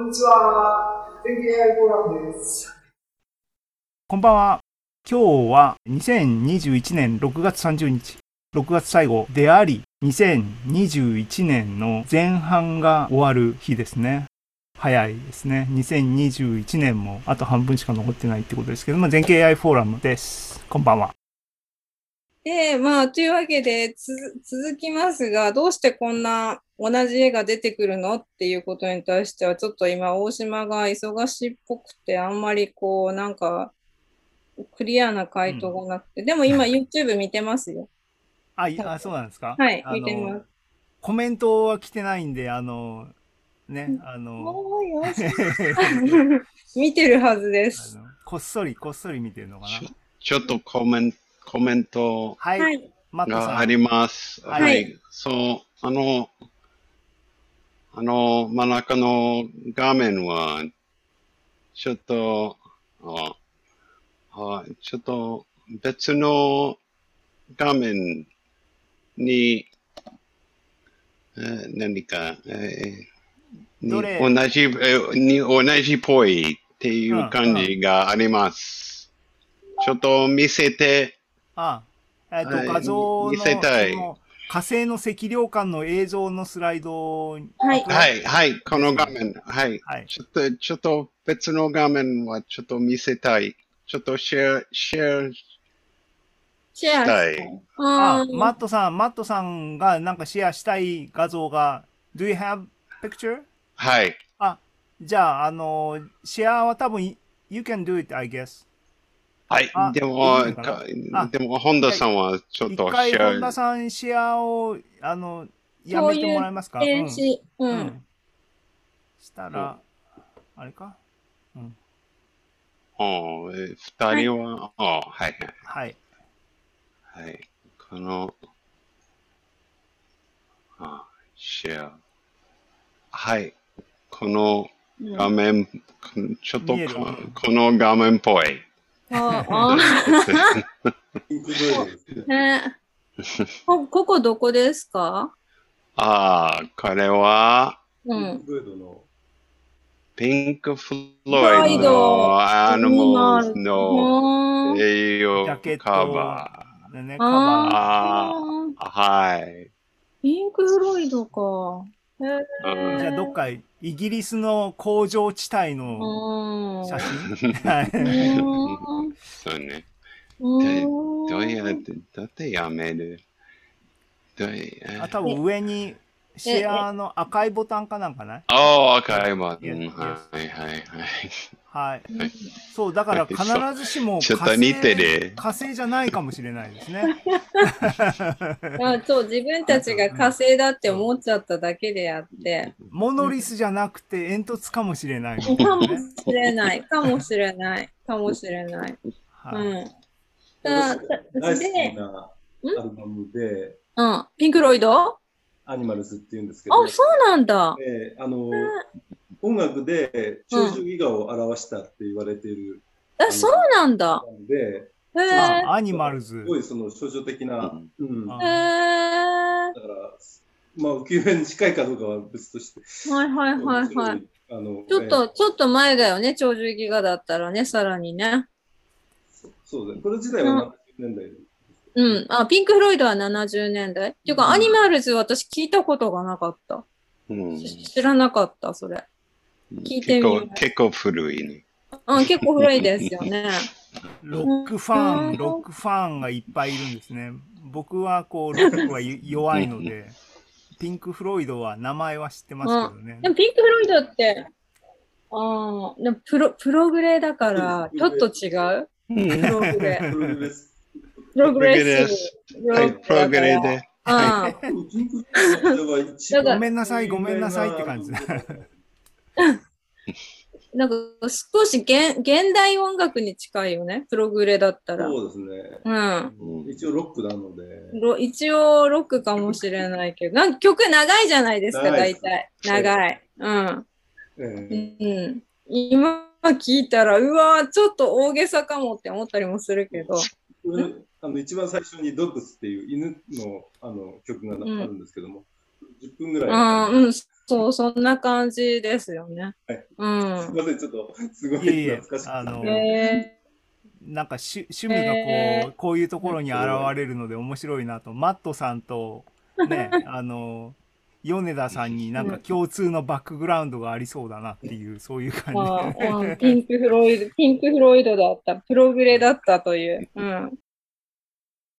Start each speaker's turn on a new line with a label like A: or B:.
A: んにちは。天気 AI フォーラムです。
B: こんばんは。今日は2021年6月30日、6月最後であり、2021年の前半が終わる日ですね。早いですね。2021年もあと半分しか残ってないってことですけども、全景 AI フォーラムです。こんばんは。
C: で、まあ、というわけで、つづ、続きますが、どうしてこんな同じ絵が出てくるのっていうことに対しては、ちょっと今、大島が忙しいっぽくて、あんまりこう、なんか、クリアな回答がなくて、でも今、YouTube 見てますよ。
B: あ、いあそうなんですか
C: はい
B: あ、
C: 見てま
B: の
C: す。、
B: コメントは来てないんで、あの、ね、あの、
C: おーよ し見てるはずで
B: あ
C: す。
B: のこっそり、こっそり見てるのかな
D: ちょちょっとコメンコメント
B: はい。
C: はい。
B: マット
D: が
B: さ
D: あ
B: ん。
D: ります。
B: はい
D: そう、あの、あの真ん中の画面は、ちょっと、ああちょっと別の画面に、えー何か、えーに
B: どれ
D: 同じ、えーに同じっぽいっていう感じがあります。ちょっと見せて、
B: あ、えっ、
D: はい
B: と、画像の、
D: 見せたい
B: その火星の赤量感の映像のスライドに
C: はい
D: はい、はい、この画面、はい。
B: はい。
D: ちょっと、ちょっと別の画面はちょっと見せたい。ちょっとシェア、シェ
C: シェアした
D: はいい。
B: あ
C: あ、ー
B: マットさん、マットさんがなんかシェアしたい画像が、Do you have picture?
D: ア、はい。
B: じゃあ、あの、シェアは多分、い You can do it, I guess.
D: はい
B: あ、
D: で
B: いい
D: も、
B: のか
D: か
B: あ
D: でも、本田さんはちょっ
B: 一
D: と
B: 回、
D: シ
B: 本田
D: ェ
B: さん、シェアを、あの、やめてもらえますか
C: えーしう。
B: うんん。したら、あれか
D: ア、おー二人は、おーはい、
B: はい。
D: はい、はい。この、あシェア。はい。この
C: うん
D: 画面、ちょっと
B: 見える
D: ここの画面っぽ い。
C: ああ
A: ピンクブルーです。
C: ー、 ねこここどこですか
D: ああ、これは、
C: う
A: ピン
C: ん
A: ク。ブルードの
D: ピンク・フ
C: ロ
D: ロイ
C: イ
D: ド
C: ド
D: のアニマルの
C: うーん
D: 栄養
B: ジャケット
D: カバ
B: でね、カバー。
C: あー
D: ー。はい。
C: ピンク・フロイドか。え
D: う
C: ー、
D: ん
B: じゃあ、どっか、イギリスの工場地帯の、
C: うーん。
B: 写真はい。
D: そうね。
C: うーん
D: どうやって、どうやってやめるどうや
B: あ、多分上にシェアの赤いボタンかなんかない
D: ああ、赤いボタ
B: Yes,
D: ン。
B: yes.
D: はいはいはい。
B: はい。
C: うん
B: そう、だから必ずしも火
D: ちょっと
B: 星
D: 似てる。
B: 火星じゃないかもしれないですね。
C: あそう自分たちが火星だって思っちゃっただけであって、
B: モノリスじゃなくて煙突かもしれない、ね。
C: かもしれない、かもしれない、かもしれない。う
B: はい。
C: ん。だ
A: 大好き
C: で、
A: な
C: うん
A: アルバムで、
C: うん、ピンク・ロイドあ、
A: アニマルズって言うんですけど、
C: そうなんだ。
A: えーあの音楽で長寿ギガを表したって言われている
C: え、そうなんだ。
A: ので、
C: へえ
B: あアニマル
A: す
B: ズ。
A: ごいその少女的な、うん、だ
B: あ
A: か
C: ー。へ
A: ら、まあ、浮世絵に近いかどうかは別として、
C: ー。はいはいはいはい。
A: あの
C: ちょっ
A: えー
C: と、ちょっと前だよね、鳥獣戯画だったらね、さらにね。
A: そうだね、これ自体は70年代、
C: うん。あ、ピンク・フロイドは70年代ってい
A: う
C: う
A: ん
C: か、アニマルズ私聞いたことがなかった。
D: うん
C: し知らなかった、それ。聞いてみ
D: 結
C: よう
D: 構、結構古いね。
C: うん、結構古いですよ ね。
B: ロックファン、ロックファンがいっぱいいるんですね。僕はこう、ロックは弱いので、ピンク・フロイドは名前は知ってますけどね
C: で。も、ピンク・フロイドって、ああ、でもプロ、プログレだから、ちょっと違うプログレ。
A: プログレ ス。
C: プログレッシブ。
D: はい、プログレ
C: だ
D: で。
C: から。うん。
A: ピンクフロイドが一番
C: だから
B: ごめんなさいごめんなさいって 感じ
C: なんか、少し現現代音楽に近いよね、プログレだったら。
A: そうですね。
C: うん。
D: うん
A: 一応ロックなので、
C: ロ一応ロックかもしれないけど、なんか曲長いじゃないですか、
A: 長いで
C: 大
A: す
C: 体。長い。うん。
A: え
C: う
A: ー
C: ん。今聞いたら、うわーちょっと大げさかもって思ったりもするけど。
A: これあの一番最初にドッグスっていう犬のあの曲があるんですけども、 10分ぐらい。
C: あーうん、そう、そんな感じですよね。
A: はい
C: うん
A: す。みません、ちょっと、すごい
B: いえいえ
A: 懐かしくて
B: あの
C: え
B: なんか趣趣味がこう、
C: へ
B: こういうところに現れるので面白いなと、マットさんと、ね、あの、米田さんになんか共通のバックグラウンドがありそうだなっていう、そういう
C: ー
B: 感
C: まあうんピンク・フロイド、ピンク・フロイドだった、プログレだったという。うん。